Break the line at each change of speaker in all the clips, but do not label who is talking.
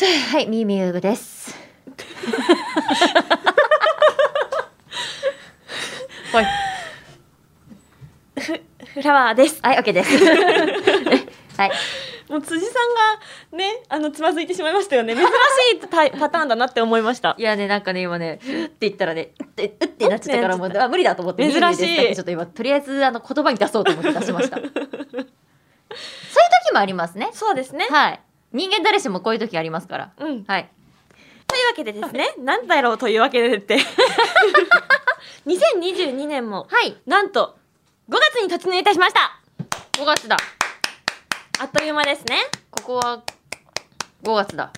はい、ミーミーウグです。
はい。フフラワーです。
はい、オッケーです。はい、
もう辻さんがね、あのつまずいてしまいましたよね。珍しいパパターンだなって思いました
い。やね、なんかね、今ね、うって言ったらね、うって、うってなっちゃったから、もう、あ、無理だと思って。
珍しい
ミーミーですだけちょっと今、とりあえず、あの、言葉に出そうと思って出しました。そういう時もありますね。
そうですね。
はい、人間誰しもこういう時ありますから。
うん。というわ
はい、
けでですね、なんだろうというわけでって。2022年も
はい、
なんと5月に突入いたしました。
五月だ。
あっという間ですね。
ここは。五月だ。
うん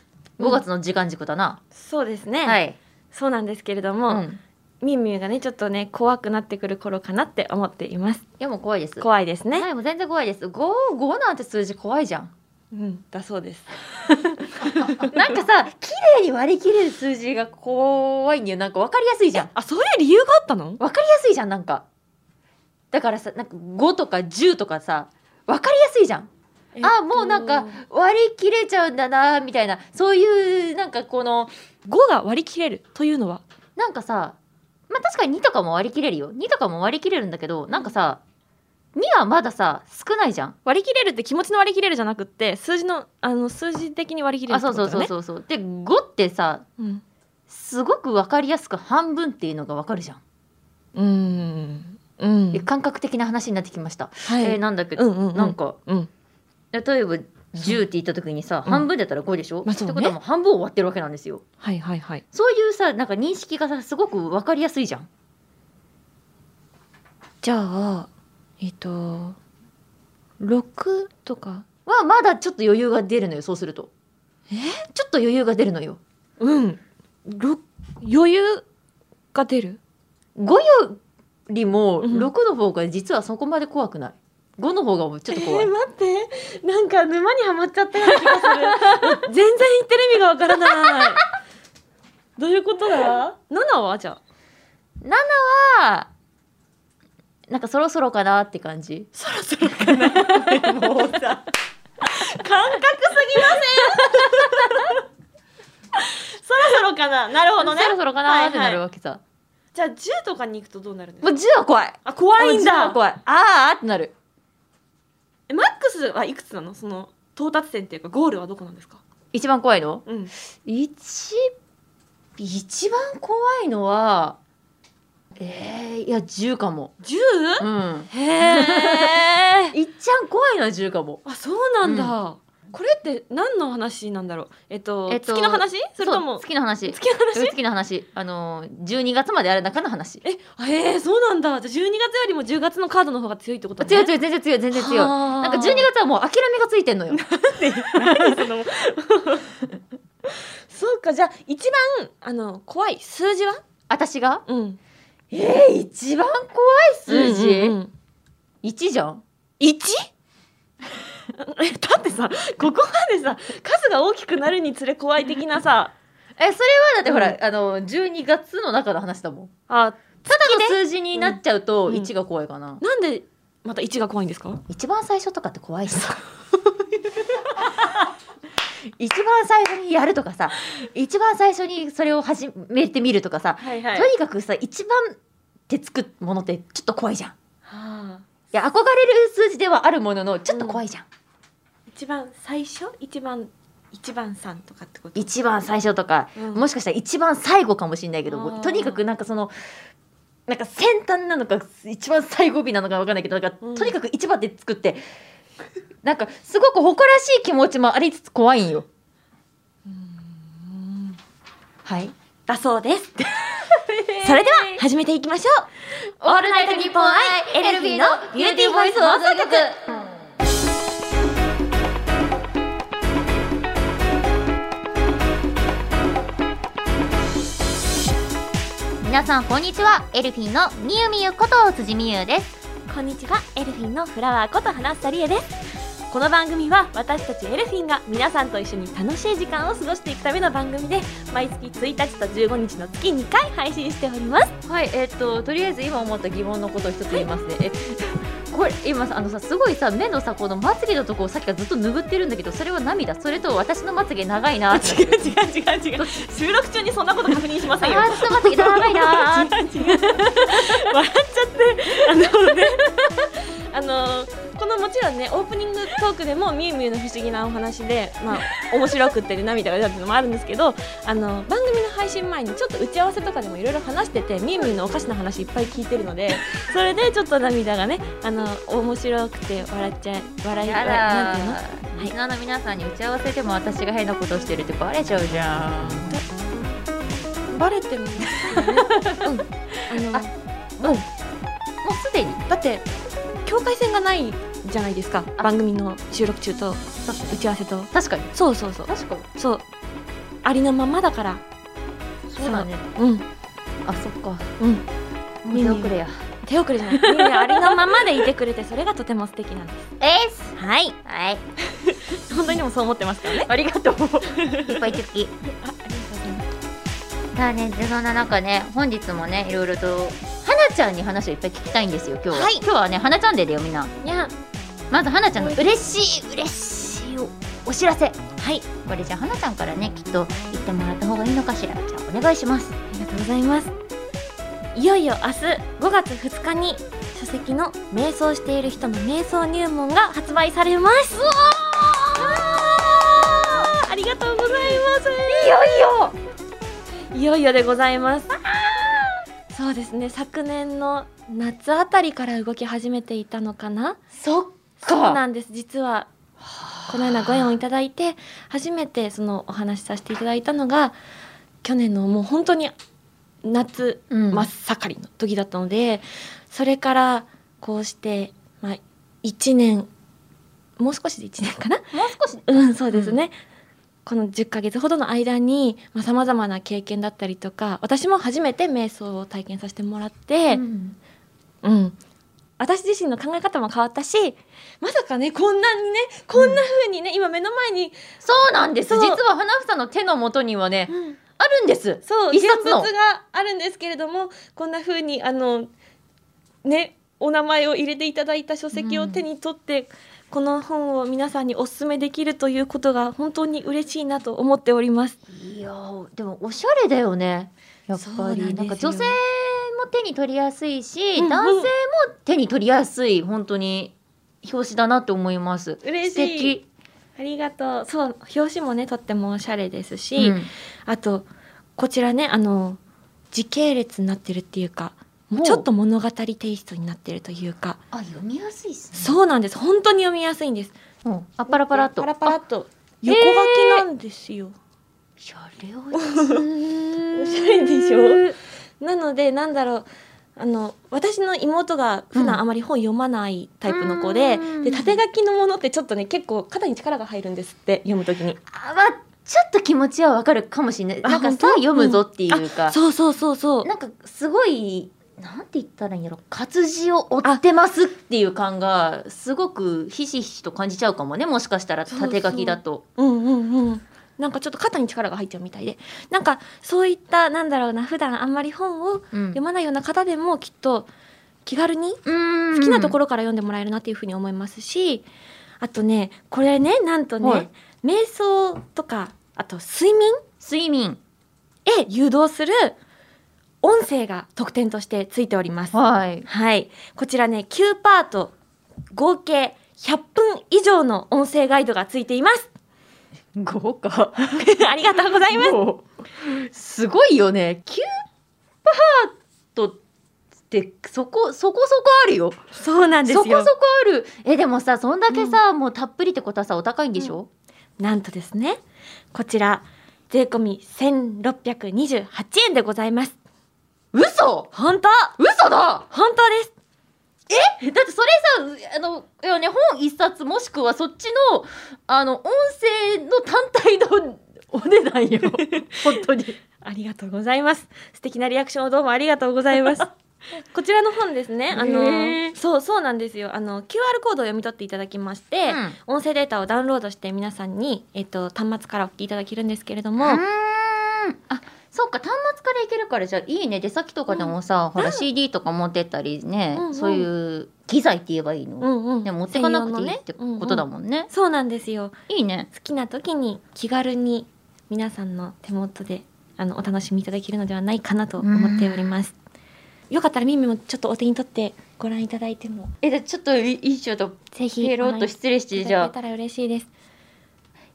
五月の時間軸だな。
そうですね。
はい、
そうなんですけれど
う
も、
ん、い
ミンミュがねちょっとね怖くなってくる頃かなって思っています。
や、もう怖いです。
怖いですね。
はい、もう全然怖いです。五、五なんて数字怖いじゃん。
うん、だそうです。
なんかさ、綺麗に割り切れる数字が怖いんだよ。なんかわかりやすいじゃん。
あ、そういう理由があったの？
わかりやすいじゃん、なんか。だからさ、なんか5とか10とかさ、わかりやすいじゃん。あ、もうなんか割り切れちゃうんだな、みたいな。そういう、なんかこの、
5が割り切れるというのは
なんかさ、まあ確かに2とかも割り切れるよ。2とかも割り切れるんだけど、なんかさ、2はまださ、少ないじゃん。
割り切れるって気持ちの割り切れるじゃなくって数字のあの数字的に割り切れる
あ、
って
そう
こと
そ
だ
う
ね。
そうそうそう。で、5ってさ、
うん。
すごくわかりやすく半分っていうのがわかるじゃん。
うーん。うん。
で感覚的な話になってきました。
はい
えーなんだっけ
う
ど、
んうんうん。
なんか、
うん。
例えば10って言った時にさ、
うん
半分だったら5でしょ、
まあそうね
ってことはもう半分終わってるわけなんですよ
はいはいはい。
そういうさなんか認識がさすごく分かりやすいじゃん
じゃあえっと六とか。
はまだちょっと余裕が出るのよそうすると
え？
ちょっと余裕が出るのよ
うん。六余裕が出る。
5よりも
うん
6の方が実はそこまで怖くない5の方がちょっと怖い、
えー待ってなんか沼にはまっちゃったような気がする 全然言ってる意味がわから ないどういうことだ7はじゃあ
あーなんかそろそろかなって感じ
そろそろかなもうさ感覚すぎません そろそろかななるほどね
そろそろかなってなる
はいはい
わけさ、
じゃあ10とかに行くとどうなるの
もう10は怖い
あ怖いん
もう10は
だ
怖いあーあーってなる
えマックスはいくつなのその到達点っていうかゴールはどこなんですか
一番怖いの
うん
一一番怖いのはえー、いや10かも
10?
うん
へえ
いっちゃん怖いのは10かも
あそうなんだ、これって何の話なんだろうえっと,、
えっと
月の話それと
そ
も
う月の話
月の話
月の話あのー12月まであれ中の話
えあへえそうなんだじゃあ12月よりも10月のカードの方が強いってことね
強い強い全然強い全然強い
な
なんか12月はもう諦めがついてん のよ
月そうかじゃあ一番あの怖い数字は
私が
うん
えー、一番怖い数字、
うんうんうん
1じゃん
1? えだってさここまでさ数が大きくなるにつれ怖い的なさ
えそれはだってほら、
う
あの12月の中の話だもんた
あ
だの数字になっちゃうと
うん
1が怖いかな、
なんでまた1が怖いんですか
一番最初とか って怖いしさ一番最初にやるとかさ一番最初にそれを始めてみるとかさ、
はいは
とにかくさ一番ってつくものってちょっと怖いじゃんい
あ
や憧れる数字ではあるもののちょっと怖いじゃん、
一番最初一番一番さんとかってこと
一番最初とか、
うん
もしかしたら一番最後かもしれないけど
あー
とにかくなんかそのなんか先端なのか一番最後尾なのか分かんないけどなんか、
うん
とにかく一番ってつくってなんかすごく誇らしい気持ちもありつつ怖いんよ。はい。
だそうです それでは始めていきましょう
オールナイトニッポンアイ
LB のビューティーボイス放送局
皆さんこんにちはエルフィンのみゆみゆこと辻みゆです
こんにちはエルフィンのフラワーこと花さりえですこの番組は私たちエルフィンが皆さんと一緒に楽しい時間を過ごしていくための番組で毎月1日と15日の月2回配信しております
はい、えっと、とりあえず今思った疑問のことを一つ言いますね。え、ここれ今さあのさすごいさ目のさこのまつげのとこをさっきからずっと拭ってるんだけどそれは涙それと私のまつげ長いなって
違う違う違う違う収録中にそんなこと確認しませんよ
あー ちょっと待って長いな
違う違う笑っちゃってあのねあのこのもちろんねオープニングトークでもみゆみゆの不思議なお話で、まあ、面白くってね涙が出たっていうのもあるんですけどあの番組の配信前にちょっと打ち合わせとかでもいろいろ話しててみゆみゆのおかしな話いっぱい聞いてるのでそれでちょっと涙がねあの面白くて笑っちゃい笑い
や
なん
だ
ていうの
リスナーの皆さんに打ち合わせでも私が変なことをしてるってバレちゃうじゃん
バレても、ね、 うん、あの
もうもうすでに
だって境界線がないじゃないですか
あ
番組の収録中と
確か
打ち合わせと
に確かに
そうそうそう
確かに
そうありのままだから
そうだね
うん
あそっか
うん
もう手遅れや
手遅れじゃないみんなありのままでいてくれてそれがとても素敵なんで
えっす
すはい
はい
本当にでもそう思ってますからね
ありがとう いっぱい好きさあね、でそんな中ね、本日もね、いろいろと、花ちゃんに話をいっぱい聞きたいんですよ、今日は。
はい
今日はね、花ちゃんデーだよ、みんな。
いや
まず、花ちゃんの
はい
嬉しい、嬉しいおお知らせ。はい。これじゃあ、花ちゃんからね、きっと言ってもらった方がいいのかしら。じゃあ、お願いします。
ありがとうございますいよいよ明日5月2日に書籍の「瞑想している人の瞑想入門」が発売されますわあありがとうございます
いよいよ
いよいよでございますそうですね昨年の夏あたりから動き始めていたのかな
そっか。
そうなんです実はこのようなご縁をいただいて初めてそのお話しさせていただいたのが去年のもう本当に夏
うん
真っ盛りの時だったので、それからこうして、まあ、1年もう少しで1年かな
もう少し。
うん、そうですね。この10ヶ月ほどの間にさまざ、まな経験だったりとか私も初めて瞑想を体験させてもらって、
うん
うん私自身の考え方も変わったしまさかねこんなにねこんな風にね、今目の前に、
そうなんです。
そう
実は、花房の手の元にはね、あるんです。
そう
一
現
冊
物
の
があるんですけれどもこんな風にあのねお名前を入れていただいた書籍を手に取って、この本を皆さんにお勧めできるということが本当に嬉しいなと思っております。
いやーでもおしゃれだよねやっ
そうな
ぱ
んです
り
よ
なんか女性も手に取りやすいし、
うんうん
男性も手に取りやすい本当に表紙だなって思います
嬉しい
素
ありがとう。そう、表紙もね、とってもおしゃれです
敵、
し、あと、こちらね、あの、時系列になってるっていうか、
ほう
ちょっと物語テイストになってるというか、
あ読みやすいっすね
そうなんです。本当に読みやすいんです。
う、ん、あパラパラっと
パラパラっと。
えー
横書きなんですよ。
おしゃれおじ
おしゃれでしょなので、なんだろう、あの、私の妹が普
うん
段あまり本読まないタイプの子で、
うん
で、縦書きのものってちょっとね、結構肩に力が入るんですって、読むときに。
あまあちょっと気持ちはわかるかもしれない
あ
なんか
本
さ
当
読むぞっていうか、
そうそうそうそ う。
なんかすごいなんて言ったらいいんやろ活字を追ってますっていう感がすごくひしひしと感じちゃうかもねもしかしたら
そうそう
縦書きだと。
うんうんうん。なんかちょっと肩に力が入っちゃうみたいで、なんかそういったなんだろうな普段あんまり本を
うん
読まないような方でもきっと気軽に
うん
好きなとこ
ろ
ろから読んでもらえるなっていうふうに思いますし、あとねこれねなんとね、
はい
瞑想とかあと睡眠
睡眠
へ誘導する音声が特典としてついております。
はい
はい、こちらね9パート合計100分以上の音声ガイドがついています。
豪華
ありがとうございます。
もうすごいよね9パートってそこそこそこあるよ
そうなんです
そ
よ。
こそこあるえでもさそんだけさ、もうたっぷりってことはさお高いんでしょ、
なんとですね、こちら、税込み1628円でございます。
嘘
本当
嘘だ
本当です
えだってそれさうあのいやね本一冊もしくはそっちのあの音声の単体のお値段 よ本当に
ありがとうございます。素敵なリアクションをどうもありがとうございます。 こちらの本ですね、あ
へ
の、
ー
そうそうなんですよ。あの、QR コードを読み取っていただきまして、音声データをダウンロードして皆さんに、えっと、端末からお聞きいただけるんですけれども、
うーんあそうか端末からいけるからじゃあいいね出先とかでもさ、ほら CD とか持ってったりね、
うんうん
そういう機材って言えばいいの、
うんうん
でも持ってかなくていいってことだ
ん、
もんね、
そうなんですよ
いいね
好きな時に気軽に皆さんの手元であのお楽しみいただけるのではないかなと思っております、よかったらみみもちょっとお手に取ってご覧いただいても
えじゃあちょっといいちょっと
ぜひ
ペロッと失礼し
ご覧
て
い
じ
た
ゃ
だけ
あ
たら嬉しいです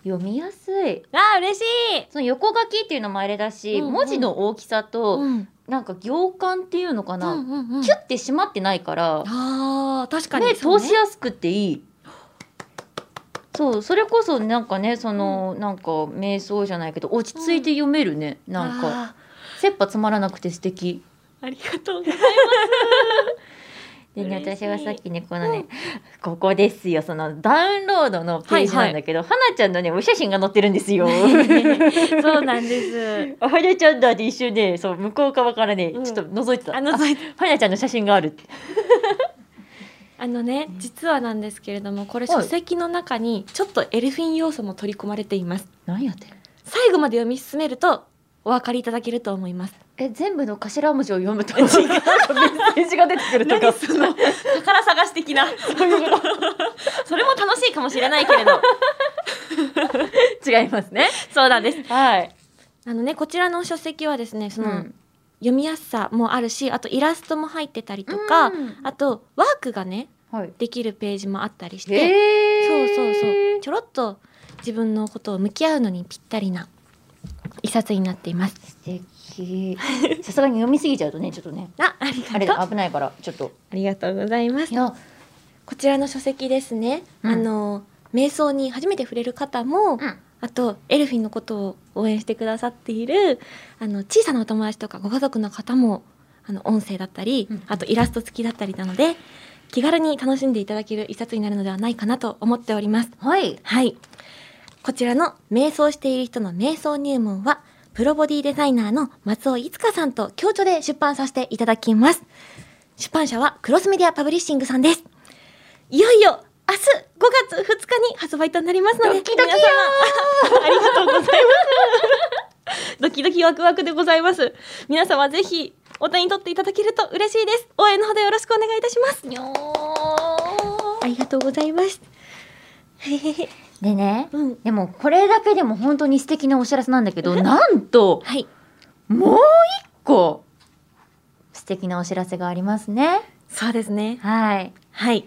読みやすい
あー嬉しい、
その横書きっていうのもあれだし、
うんうん
文字の大きさと、
ん
なんか行間っていうのかな、
うんうんうん
キュッて締まってないから
あー確かに、
目
そう
通
ね
しやすくていいそうそれこそなんかねその、なんか瞑想じゃないけど落ち着いて読めるね、なんか
あ
切羽詰まらなくて素敵
ーありが とうござい
でね
嬉
私
しい
はさっきねこのね、ここですよそのダウンロードのページ
はいはい
なんだけど、はなちゃんのねお写真が載ってるんですよ。
ますそうなん です
あはなちゃんだって一瞬ねそう向こう側からね、
うん
ちょっと覗いてた
あのぞいて
はなちゃんの写真があるって
あのね実はなんですけれどもこれ書籍の中にちょっとエルフィン要素も取り込まれています
何やってる
最後まで読み進めるとお分かりいただけると思います
え全部の頭文字を読む と違うメッセージが出てくるとか
その宝探し的 なそれも楽しいかもしれないけれど
違いますね
そうなんです
はい、
あのねこちらの書籍はですねそうの、
ん、
読みやすさもあるしあとイラストも入ってたりとか、あとワークがね
はい
できるページもあったりして、
へ
そう
ー
そうそうちょろっと自分のことを向き合うのにぴったりな一冊になっています
素敵さすがに読みすぎちゃうとねちょっと ね
ああ
あ
り
れ
がとうあ
危ないからちょっと
りがとうございます
いや
こちらの書籍ですね、
うん
あの瞑想に初めて触れる方も、
ん
あとエルフィンのことを応援してくださっているあの小さなお友達とかご家族の方もあの音声だったり、
うん
あとイラスト付きだったりなので気軽に楽しんでいただける一冊になるのではないかなと思っております。
はい
はい。こちらの瞑想している人の瞑想入門は、プロボディデザイナーの松尾いつかさんと共著で出版させていただきます。出版社はクロスメディアパブリッシングさんです。いよいよ明日5月2日に発売となりますので、
ドキドキよー
皆様 ありがとうございます。ドキドキワクワクでございます。皆様ぜひお手に取っていただけると嬉しいです。応援のほどよろしくお願いいたします。
よ
ありがとうございます。へへへ。
でね
うん。
でもこれだけでも本当に素敵なお知らせなんだけどなんと
はい。
もう一個素敵なお知らせがありますね
そうですね。
はい
はい。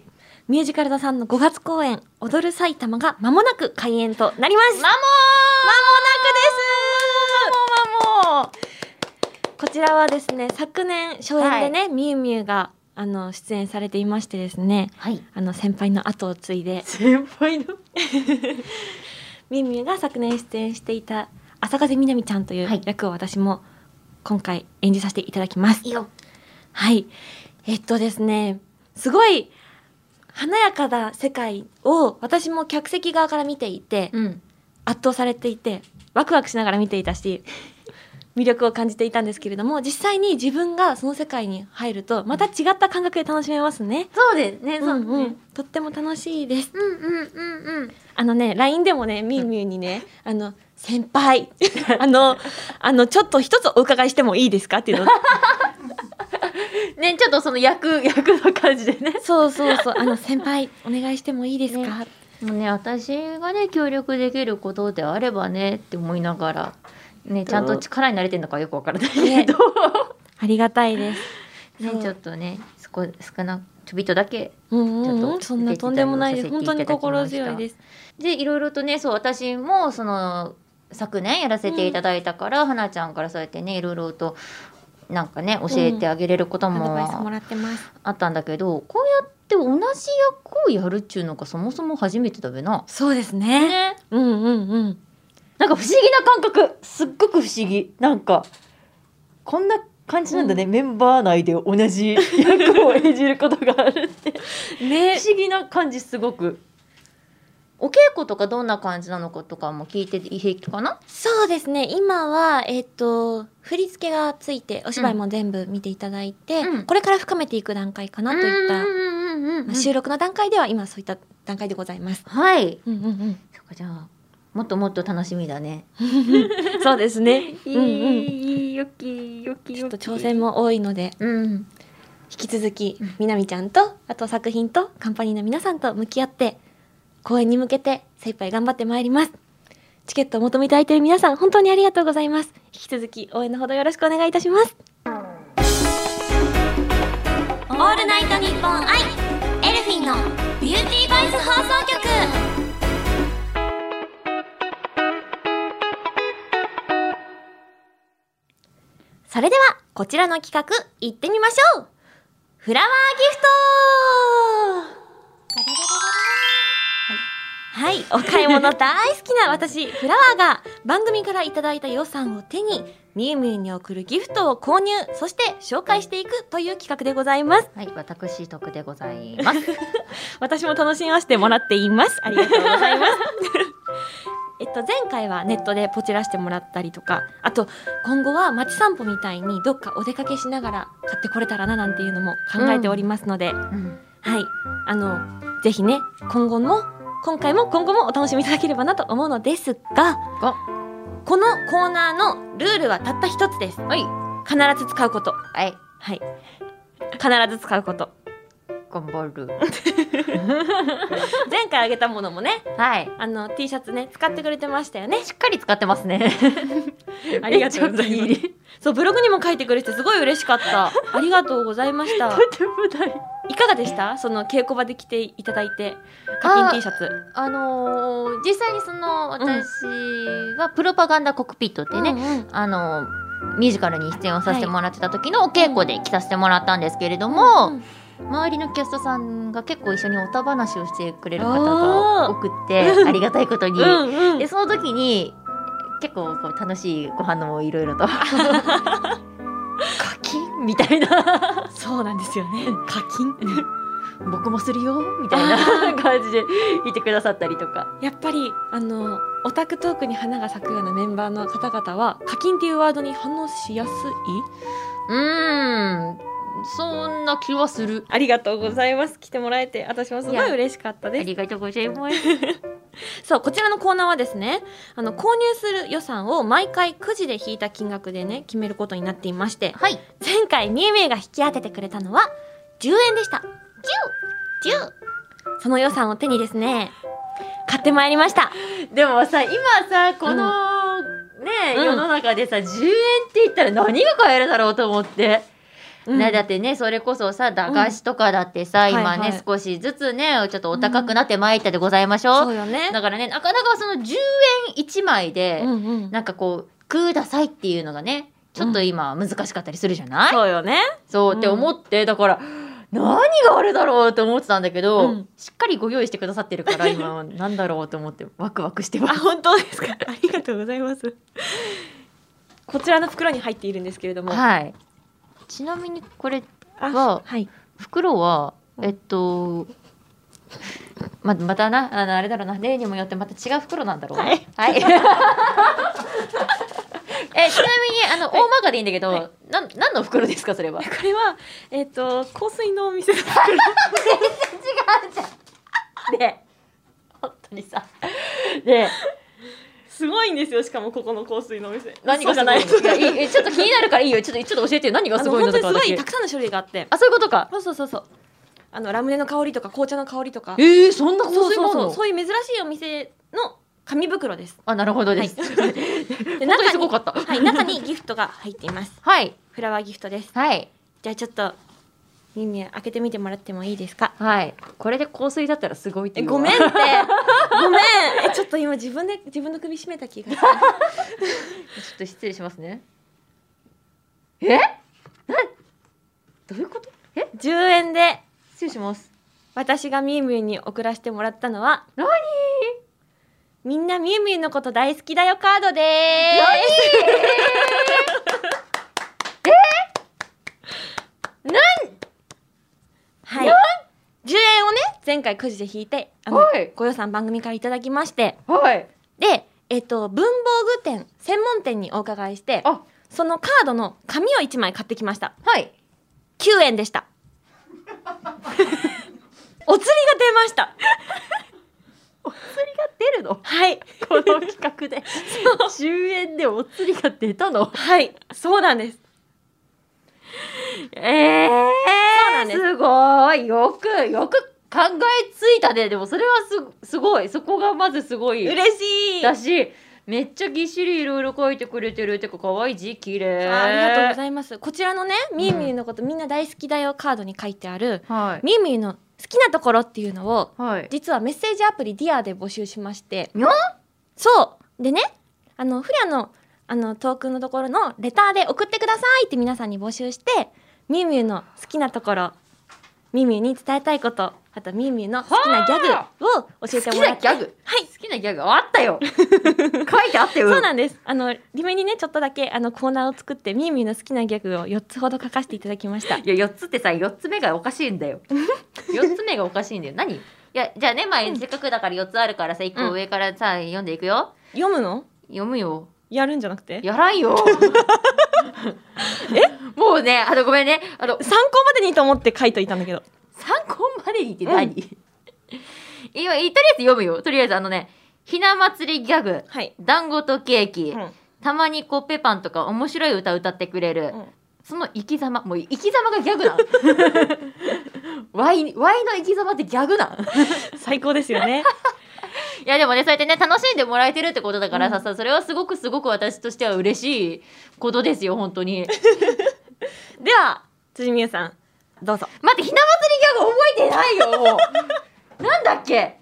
ミュージカル座さんの5月公演、踊る埼玉が間もなく開演となります。
マモ
間もなくですこちらはですね、昨年初演でね、みゆみゆが、あの、出演されていましてですね、
はい
あの、先輩の後を継いで、
先輩の
みゆみゆが昨年出演していた、朝風みなみちゃんとい
は
う
い
役を私も今回演じさせていただきます。
いいよ
はい。えっとですね、すごい華やかな世界を私も客席側から見ていて、
うん
圧倒されていて、ワクワクしながら見ていたし、魅力を感じていたんですけれども、実際に自分がその世界に入ると、また違った感覚で楽しめますね。
そうですね
うん
う
うん、とっても楽しいです。
うんうんうんうん
あのね、LINE でもね、みゆみゆにね、あの、先 輩、あの、あの、ちょっと一つお伺いしてもいいですかっていうのを
ねちょっとその役役の感じでね
そうそうそう、あの先輩、お願いしてもいいですか。
もうね私がね協力できることであればねって思いながらねちゃんと力になれてんのかよくわからないけど
ありがたいです。
ね
そう
ちょっとねそこ少なちょびっとだけ
うん
ち
うん
ょ
う
っ
ん、
と
そんなとんでもないです。
お手伝
本
いを
当
させてい
に
ただきました
心強いです。
でいろいろとねそう私もその昨年やらせていただいたから、はなちゃんからそうやってねいろいろとなんかね教えてあげれること
アドバイスも
も
らってます。
あったんだけど、こうやって同じ役をやるっちゅうのがそもそも初めてだべな。
そうですね。
ね
うんうんうん。
なんか不思議な感覚すっごく不思議なんかこんな感じなんだね、メンバー内で同じ役を演じることがあるって
ね
不、思議な感じすごくお稽古とかどんな感じなのかとかも聞いていいかな
そうですね。今はえっ、と振り付けがついて、お芝居も全部見ていただいて、
うん
これから深めていく段階かなといった、まあ、収録の段階では今そういった段階でございます。
はい
うんうんうん。
そっかじゃあもっともっと楽しみだね
そうですね。うんうん。
いいよきよき
ちょっと挑戦も多いので、
うん
引き続きみなみちゃんとあと作品とカンパニーの皆さんと向き合って公演に向けて精一杯頑張ってまいりますチケットをお求めいただいている皆さん本当にありがとうございます引き続き応援のほどよろしくお願いいたします
オールナイトニッポンアイエルフィンのビューティーバイス放送局
それではこちらの企画いってみましょうフラワーギフトはい、お買い物大好きな私、フラワーが番組からいただいた予算を手に、みゆみゆに送るギフトを購入、そして紹介していくという企画でございます。
はい、私得でございます。
私も楽しみましてもらっています。ありがとうございます。 えっと、前回はネットでポチらしてもらったりとか、あと、今後は街散歩みたいにどっかお出かけしながら買ってこれたらななんていうのも考えておりますので、はい、あの、ぜひね、今後も、今回も今後もお楽しみいただければなと思うのですが、
が
このコーナーのルールはたった一つです。
はい、
必ず使うこと。
はい、
はい。必ず使うこと。
頑張る。
前回あげたものもね、
はい。
あの T シャツね、使ってくれてましたよ ね。
しっかり使ってますね。
ありがとうござい
め
ます
っちゃお気に入り
そう、ブログにも書いてくれてすごい嬉しか った。ありがとうございました。
てもない。
いかがでしたその稽古場で着ていただいて、課金 T シャツ。
あのー実際にその私がプロパガンダコックピットってね、
うんうん
あのーミュージカルに出演をさせてもらってた時のお稽古で着させてもらったんですけれども、
うん
周りのキャストさんが結構一緒におた話をしてくれる方
あ
が
ー
多くってありがたいことに、
うんうん
でその時に結構こう楽しいご反応をいろいろと課金みたいな
そうなんですよね。課金。
僕もするよみたいな 感じでいてくださったりとか。
やっぱりあのオタクトークに花が咲くようなメンバーの方々は課金っていうワードに反応しやすいう
ーん、そんな気はする。
ありがとうございます来てもらえて私もすごい嬉しかった
あ
で
りがとうございます。
すそうこちらのコーナーはですねあの購入する予算を毎回くじで引いた金額でね決めることになっていまして
はい。
前回みゆみゆが引き当ててくれたのは10円でした10 10その予算を手にですね買ってまいりました
でもさ、今さ、この、ね、
うん
世の中でさ、10円って言ったら何が買えるだろうと思って。
うん
ね、だってね、それこそさ、駄菓子とかだってさ、
うん
今
はい
ね、
はい
少しずつね、ちょっとお高くなってまいったでございましょう。
そうよね
だからね、なかなかその10円1枚で、
うんうん
なんかこう、くださいっていうのがね、ちょっと今難しかったりするじゃない、
そうよね
そうって思って、だから何があれだろうと思ってたんだけど、
うん
しっかりご用意してくださってるから今何だろうと思ってワクワクしてま
あ、
す。
本当ですか。 ありがとうございます。こちらの袋に入っているんですけれども。
はい、ちなみにこれ
あ
わ
はい。
袋は
うん
えっとままたなあのあれだろうな例にもよってまた違う袋なんだろうな
はい、
えちなみにあの大まかでいいんだけど、
はい
なん何の袋ですかそれ は違
これは、えっ、と、香水のお店の
う
袋。
じゃんね本当にさね
すごいんですよ。しかも、ここの香水のお店。
何がすごいの
嘘
いやいいえちょっと気になるからいいよちょっとちょっと教えてよ何が
あ
す
の、
ごいの
本当
と
に
か
すご
私
いたくさんの種類があって。
あそういうことか
そうそうそうそう。あの、ラムネの香りとか、紅茶の香りとか。
ええそんな香
そう
水
そう
もあん
そう、
の
そういう珍しいお店の紙袋です。
あなるほどです、
は
本
で、
当に
中
すご
に。
かった
はい、中にギフトが入っています。
はい
フラワーギフトです。
はい
じゃあ、ちょっと。ミミ開けてみてもらってもいいですか。
はいこれで香水だったらすごいって
え
いう
ご
わ
めんっ てごめんえちょっと今自分で自分の首絞めた気がす る
ちょっと失礼しますね。え？などういうこと？え？
10円で
失礼します。
私がみゆみゆに送らせてもらったのは
何？
みんなみゆみゆのこと大好きだよカードで
何？
すはい10円をね前回くじで引いてあの、
はい
ご予算番組からいただきまして
はい。
でえっと文房具店専門店にお伺いして
あ、
そのカードの紙を1枚買ってきました
はい。
9円 でしたお釣りが出ました
釣りが出る の？
はい
この企画 で。10円でお釣りが出たの。
はい、そうなんです。
ええ
そうなんで す
すごいよくよく考えついたねでもそれはすすごいそこがまずすごい
嬉しい
だしめっちゃぎっしりいろいろ書いてくれてるてか可愛い字綺麗
あありがとうご
い
ざいますこちらのねみゆみゆのことみんな大好きだよカードに書いてある
ます
みゆみゆの好きなところっていうのを
はいはい
実はメッセージアプリ Dear で募集しまして
にょ
そうでねあのフリアのあのトークンのところのレターで送ってくださいって皆さんに募集してみゆみゆの好きなところみゆみゆに伝えたいことあとみゆみゆの好きなギャグを教えて
好き
もら
な
って
ギャグ
はい
好きなギャグあった よ書いてあったよ
そうなんですあのリメにねちょっとだけあのコーナーを作ってみゆみゆの好きなギャグを4つほど書かせていただきました
いや4つってさ4つ目がおかしいんだよ4つ目がおかしいんだよ何いやじゃあね前せっかくだから4つあるからさ1個上からさ、読んでいくよ
読むの
読むよ
やるんじゃなくて
やらん よ えもうねあのごめんねあの
参考までにと思って書いといたんだけど
参考までにって何、今とりあえず読むよとりあえずあのねひな祭りギャグ
はい、
団子とケーキ、
うん
たまにコッペパンとか面白い歌歌ってくれる、
うん
その生き様もう生き様がギャグなん ワイワイの生き様ってギャグ なん
最高ですよね
いやでもねそうやってね楽しんでもらえてるってことだからさ、
うん
さそれはすごくすごく私としては嬉しいことですよ本当 に待って
では辻美優さんどうぞ
ひな祭りギャグ覚えてないよも うなんだっけ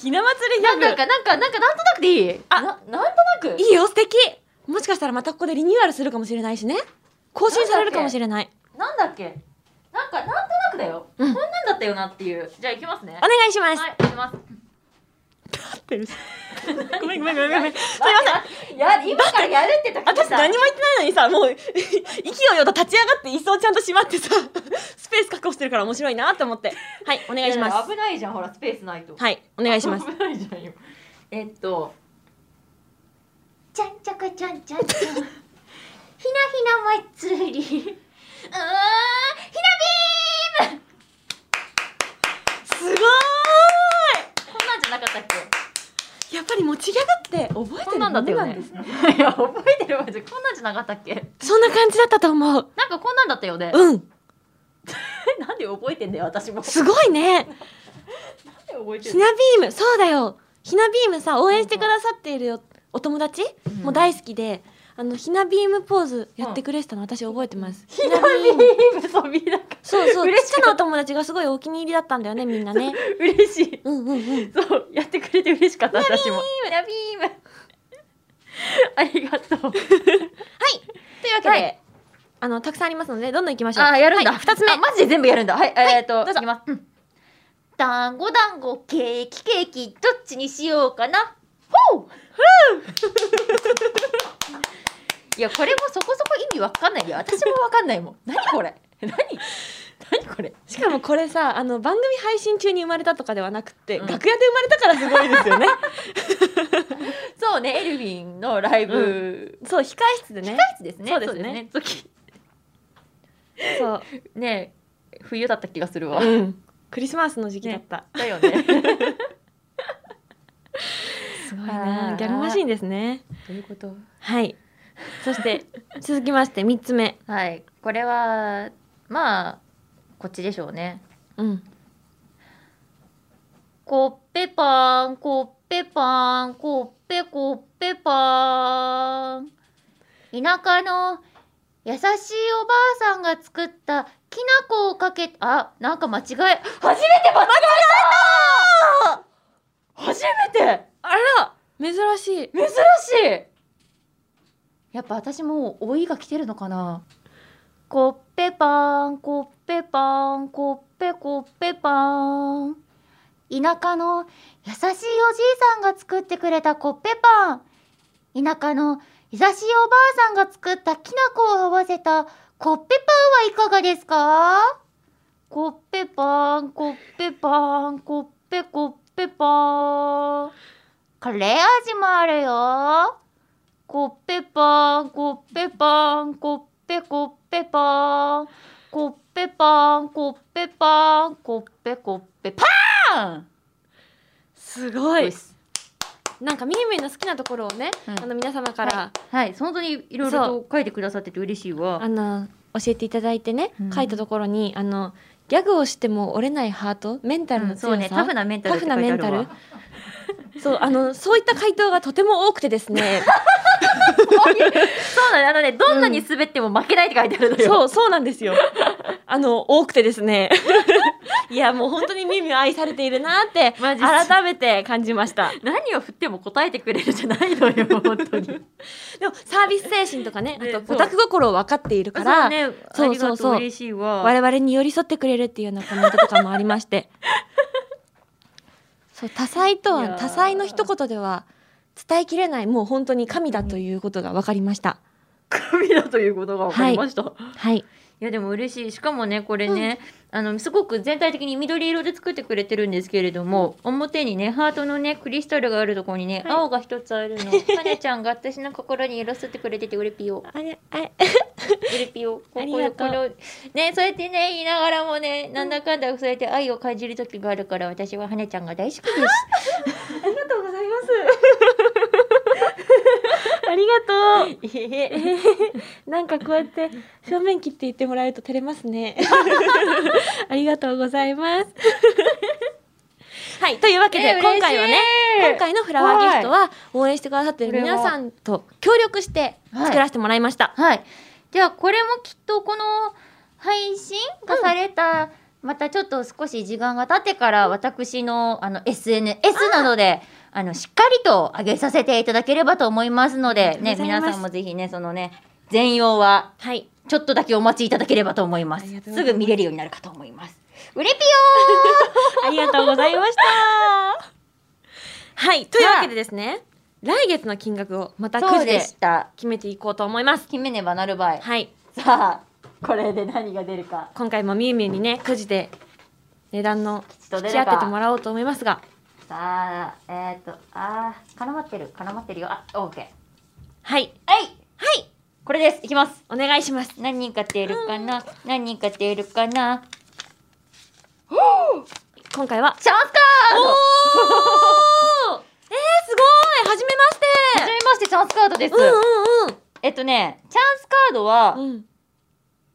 ひな祭りギャ
なん
グ
だかなんかなんかなんとなくでいい
あ
ななんとなく
いいよ素敵もしかしたらまたここでリニューアルするかもしれないしね更新されるかもしれない
なんだっけなんかなんとなくだよ、
うん
こんなんだったよなっていうじゃあ行きますね
お願いします、
はい行きます
ごめんごめんごめんご めん
すいません。や今からやるって時に
私
さ
何も言ってないのにさもう勢いよと立ち上がって椅子をちゃんと閉まってさスペース確保してるから面白いなと思ってはいお願いしま
や
す
危ないじゃんほらスペースないと。
はいお願い します
危ないじゃんよ。えっと。
ちゃんちゃかちゃんちゃんちゃんひなひな 祭りうーんひなビ
すごーい
こんなんじゃなかったっけ？
やっぱり持ちギャグって覚えて
こ
る
んなんだったよね。 いや覚えてるわじゃこんなんじゃなかったっけ？
そんな感じだったと思う
なんかこんなんだったよね。
うん
え なんで覚えてんだよ私も。
すごいね
なんで覚えて
ひ
んの
なビームそうだよひなビームさ応援してくださっているよお友達、
うん
もう大好きであのひなビームポーズやってくれてたの私覚えてます、
ひなビームそうみんな
そうそうちっ
嬉し
ちゃなお友達がすごいお気に入りだったんだよねみんなね
嬉しい。
うんうんうん
そうやってくれて嬉しかった私も。ひなビーム。 ありが とう。
というわけで、
はい
あのたくさんありますのでどんどんいきましょう
あーやるんだ、
はい
二
二つ目
あマジで全部やるんだはい、えーっと
どうぞ
いきます、うん、団子団子ケーキケーキどっちにしようかなほうふういやこれもそこそこ意味わかんないよ私もわかんないもん 何これ何何これ
しかもこれさあの番組配信中に生まれたとかではなくて、
うん
楽屋で生まれたからすごいですよね
そうねエルヴィンのライブ、
そう控え室でね
うです
そ
ね
うですね
そうですね
そう、
時ね冬だった気がするわ
うん、クリスマスの時期だった、
だよ ね
すごい
あ
な
ー
ギャグマシーンですね
どういうこと
はい。そして続きまして三つ目。
はいこれはまあこっちでしょうね
うん。
コッペパン、コッペパン、コッペコッペパン。田舎の優しいおばあさんが作ったきなこをかけ、あ、なんか間違え、初めて間違えた初めて
あら珍しい。
珍しいやっぱ私もう老いが来てるのかなコッペパンコッペパンコッペコッペパン田舎の優しいおじいさんが作ってくれたコッペパン田舎の優しいおばあさんが作ったきなこを合わせたコッペパンはいかがですかコッペパンコッペパンコッペコッペパンカレー味もあるよ。コッペパン、コッペパン、コッペコッペパン。コッペパン、コッペパン、コッペコッペパン。
すごい
で。す
なんかみゆみゆの好きなところをね、
うん
あの皆様から、
はい、本当にいろいろと書いてくださってて嬉しいわ
あ。の教えていただいてね
う、ん
書いたところにあのギャグをしても折れないハートメンタルの強さ、
そうねタフなメンタル
タ
って
フ
書
ない
て
メ
あ
ン
る
タ
わ
ル そうあのそういった回答がとても多くてですね
そうだねあのねどんなに滑っても負けないって書 いてあるのよ、
そうそうなんですよあの多くてですね いやもう本当にミミは愛されているなって
マジ
改めて感じました
何を振っても答えてくれるじゃないのよ本当に
でもサービス精神とかね
ね
あと
そう
オタク心を分かっているから、
ね
そうそうそう
ありがと嬉しいわ
我々に寄り添ってくれるっていうようなコメントとかもありまして そう多彩と
いや
は
ー
多彩の一言では伝えきれないもう本当に神だということが分かりました、
神だということが分かりました、い、
はい
やでも嬉しいしかもねこれね、あのすごく全体的に緑色で作ってくれてるんですけれども、表にねハートのねクリスタルがあるところにね、
はい
青が一つある のかねちゃんが私の心に色吸ってくれててうれぴよ
あれあれ
うれぴよこ
あり
こ
が
れ
と
こ
う
れねそうやってね言いながらもねなんだかんだそうやって愛を感じる時があるから私ははねちゃんが大好きです
ありがとうござい ます。ありがとう。 なんかこうやって正面切って言ってもらえると照れます ね。ありがとうございます。 はい、というわけで、
え
今回はね、
嬉しい
今回のフラワーギフトは応援してくださってる皆さんと協力して作らせてもらいました。
はい。じゃあこれもきっとこの配信がされた、またちょっと少し時間が経ってから私のあの SNS などであのしっかりと上げさせていただければと思いますので
あ
ね
り
皆
がとうございます
さんもぜひねそのね全容は
はい、
ちょっとだけお待ちいただければと思いま
あ
す
りがとうご
す
ざいます
ぐ見れるようになるかと思いますうれぴよ
ありがとうございました。はい、というわけでですね、来月の金額をまた
ー
く
そ
じ
うで
で
した
決めていこうと思います。
決めねばなるばい
はい、
さあこれで何が出るか
今回もみゆみゆにねくじで値段の
吉と
引
出
き
る
当
か
ててもらおうと思いますが
さあえっ、とあー絡まってる絡まってるよあオーケー
はい
はいはいこれですいきます
お願いします
何人か出るかな、何人か出るかな
今回は
チャンスカード
おーえー、すごい初めま
はじ
して
めましてチャンスカードです、
う
えっとねチャンスカードは
んうんうん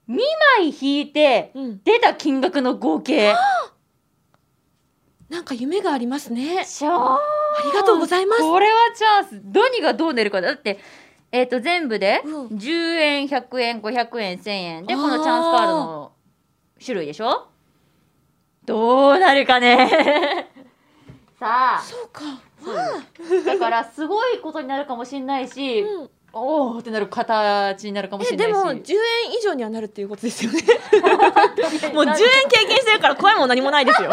2枚引いて
うんうん
出た金額の合計
なんか夢がありますね
チャン
ありがとうございます
これはチャンス何がどう出るかだってえっと全部で
うん
10円100円500円1000円で
あー
このチャンスカードの種類でしょどうなるかねさあ
そうか
そうよだからすごいことになるかもしれないし、
うん、
おおってなる形になるかもしれ
え
な
で
いし
も10円以上にはなるっていうことですよね
も
もう10円経験してるから怖いもん何もないですよ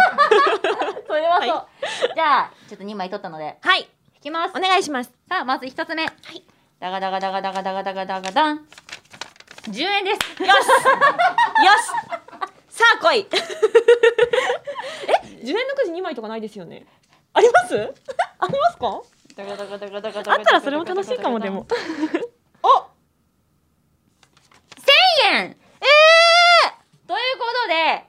それはそう、
は
じゃあちょっと2枚取ったので
はい
引きます
お願いします
さあまず1つ目はいダガダガダガダガダガダガダガダン10円です
よしよしさあ 来いえ10円のくじ2枚とかないですよね ありますありますか
ダガダガダガダガダ
あ
ガ
ったらそれも楽しいかもでも
お1000円ええー、ということで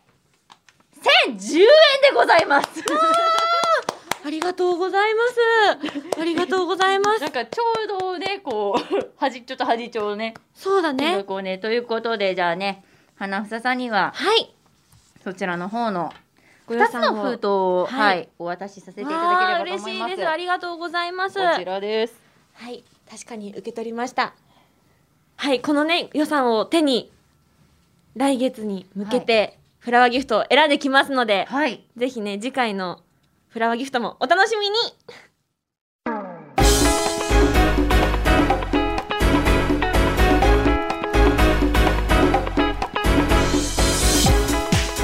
1010円でございます
ありがとうございますありがとうございま
な
す
んかちょうどねこう端ちょっと端ちょうね
そうだ
ね
ね
こうねということでじゃあね花房さんには
はい
そちらの方の
ご
2つの封筒を、
は
はいいお渡しさせていた
わあ
だければと思
嬉し
い
い
ます。
ですありがとうございます
こちらです。
はい、確かに受け取りました。はい、このね、予算を手に、来月に向けて、フラワーギフトを選んできますので、
はい。
ぜひね、次回のフラワーギフトもお楽しみに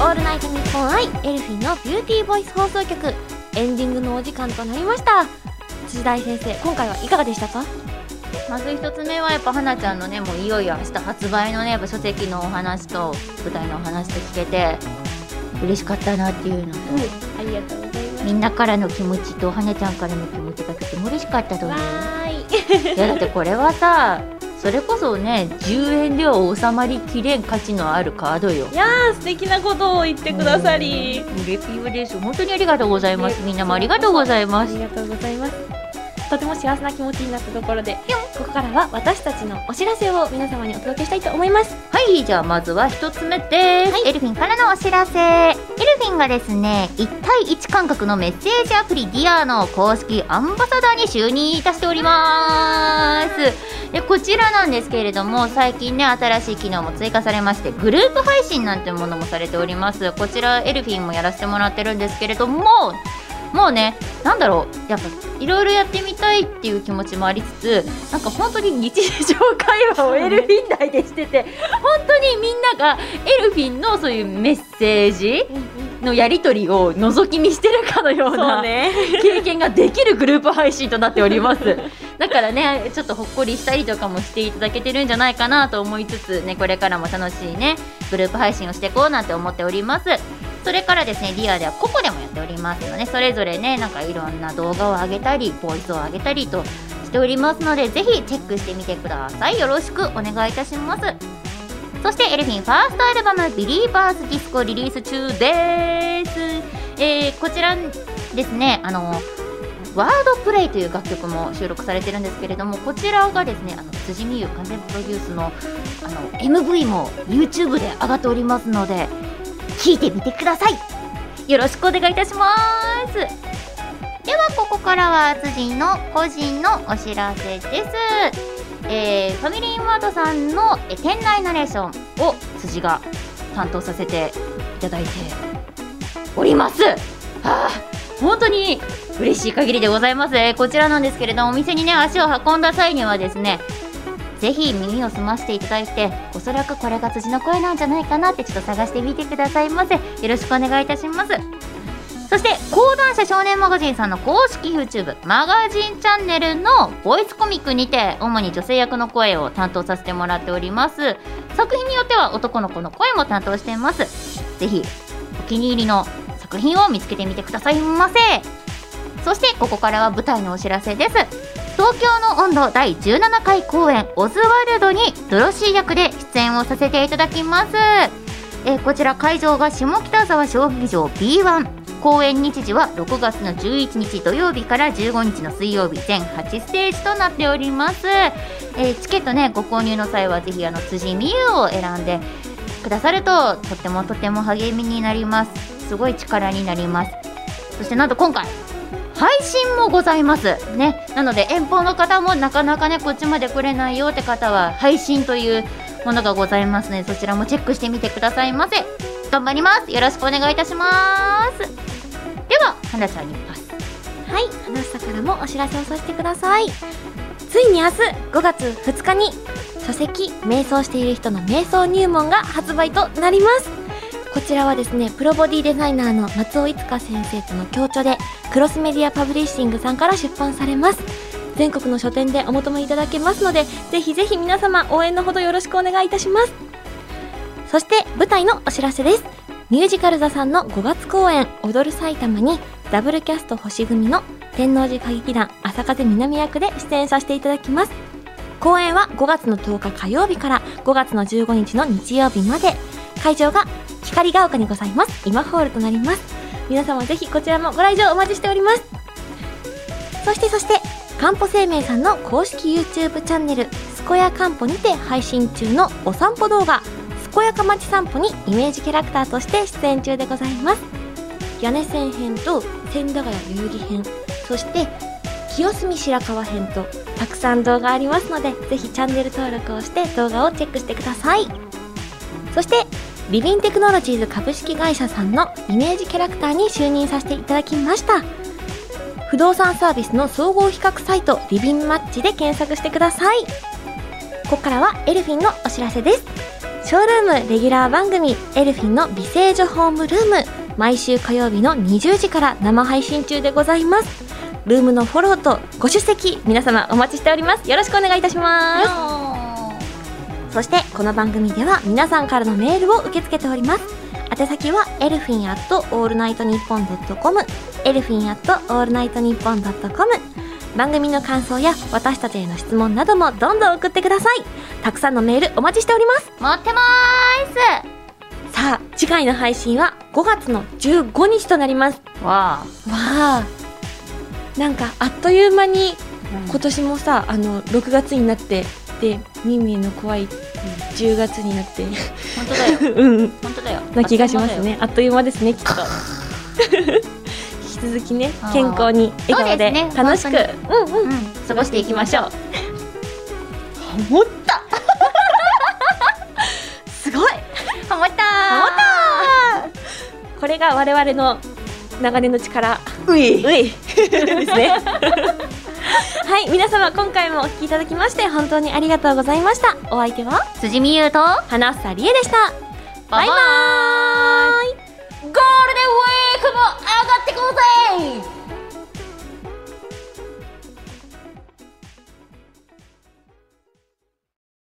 オールナイトニッポンアイエルフィンのビューティーボイス放送局エンディングのお時間となりました辻大先生今回はいかがでしたか
まず一つ目はやっぱ花ちゃんのねもういよいよ明日発売のねやっぱ書籍のお話と舞台のお話と聞けて嬉しかったなっていうのと
ありがとうございま
みんなからの気持ちと花ちゃんからの気持ちがとても嬉しかったと思う。
ーい
いやだってこれはさそれこそね10円では収まりきれん価値のあるカードよ。
いやー素敵なことを言ってくださり
うんレビューです。本当にありがとうございます。みんなもありがとうございます。
がとうございますとても幸せな気持ちになったところでここからは私たちのお知らせを皆様にお届けしたいと思います
はいじゃあまずは一つ目です、
エルフィンからのお知らせエルフィンがですね1対1感覚のメッセージアプリディアの公式アンバサダーに就任いたしておりますでこちらなんですけれども最近ね新しい機能も追加されましてグループ配信なんてものもされておりますこちらエルフィンもやらせてもらってるんですけれどももうね、なんだろう、やっぱいろいろやってみたいっていう気持ちもありつつ、なんか本当に日常会話をエルフィン内でしてて、本当にみんながエルフィンのそういうメッセージのやり取りを覗き見してるかのよう
そう
な
ね
経験ができるグループ配信となっております。だからね、ちょっとほっこりしたりとかもしていただけてるんじゃないかなと思いつつ、ね、これからも楽しいね、グループ配信をしていこうなんて思っております。それからですね、リアではココでもやっておりますので、それぞれね、なんかいろんな動画を上げたり、ボイスを上げたりとしておりますので、ぜひチェックしてみてください。よろしくお願いいたします。そして、エルフィンファーストアルバム、ビリーバーズディスコリリース中です。えー、こちらですね、あの、ワードプレイという楽曲も収録されてるんですけれども、こちらがですね、あの辻美優完全プロデュースのあの MV も YouTube で上がっておりますので、聞いてみてくださいよろしくお願いいたしますではここからは辻の個人のお知らせです、えーファミリーマートさんのえー店内ナレーションを辻が担当させていただいておりますはあ本当に嬉しい限りでございます、えーこちらなんですけれどもお店にね足を運んだ際にはですねぜひ耳を澄ましていただいておそらくこれが辻の声なんじゃないかなってちょっと探してみてくださいませよろしくお願いいたしますそして講談社少年マガジンさんの公式 YouTube マガジンチャンネルのボイスコミックにて主に女性役の声を担当させてもらっております作品によっては男の子の声も担当していますぜひお気に入りの作品を見つけてみてくださいませそしてここからは舞台のお知らせです東京の温度第17回公演オズワルドにドロシー役で出演をさせていただきます、えーこちら会場が下北沢小劇場 B1 公演日時は6月の11日土曜日から15日の水曜日全8ステージとなっております、えーチケットねご購入の際はぜひあの辻美優を選んでくださるととってもとても励みになりますすごい力になりますそしてなんと今回配信もございますねなので遠方の方もなかなかねこっちまで来れないよって方は配信というものがございますのでそちらもチェックしてみてくださいませ頑張りますよろしくお願いいたしますでは花ちゃんにパス
はい、花下からもお知らせをさせてください。ついに明日5月2日に書籍「瞑想している人の瞑想入門」が発売となります。こちらはですね、プロボディデザイナーの松尾いつか先生との協調でクロスメディアパブリッシングさんから出版されます。全国の書店でお求めいただけますので、ぜひぜひ皆様応援のほどよろしくお願いいたします。そして舞台のお知らせです。ミュージカル座さんの5月公演「踊る埼玉」にダブルキャスト星組の天王寺歌劇団朝風南役で出演させていただきます公演は5月の10日火曜日から5月の15日の日曜日まで会場が光が丘にございます今ホールとなります皆様ぜひこちらもご来場お待ちしておりますそしてそしてかんぽ生命さんの公式 YouTube チャンネル「すこやかんぽ」にて配信中のお散歩動画「健やかまち散歩」にイメージキャラクターとして出演中でございます屋根線編と千駄ヶ谷代々木編そして清澄白河編とたくさん動画ありますのでぜひチャンネル登録をして動画をチェックしてくださいそしてリビンテクノロジーズ株式会社さんのイメージキャラクターに就任させていただきました不動産サービスの総合比較サイトリビンマッチで検索してくださいここからはエルフィンのお知らせですショールームレギュラー番組「エルフィンの美声女ホームルーム」毎週火曜日の20時から生配信中でございますルームのフォローとご出席皆様お待ちしておりますよろしくお願いいたしますそしてこの番組では皆さんからのメールを受け付けております宛先はエルフィンアットオールナイトニッポンドットコムエルフィンアットオールナイトニッポンドットコム番組の感想や私たちへの質問などもどんどん送ってくださいたくさんのメールお待ちしております
待ってま
さあ次回の配信は5月の15日となります
ーすわあ
わあなんかあっという間に今年もさあの6月になってでみゆみゆの怖い10月になって
本当だよ
うん
本当だよ
な気がしますねあっという間ですねきっと 引き続きね
あー
健康に笑顔で
そうですね
楽しく、
本
うんうん
うん過ごしていきましょう
思ったす ごい
ハモった
これが我々の流れの力
たういう
いですね はい皆様今回もお聞きいただきまして本当にありがとうございましたお相手は
辻美優と
花房理恵でしたバイバーイ
ゴールデンウィークも上がってこうぜ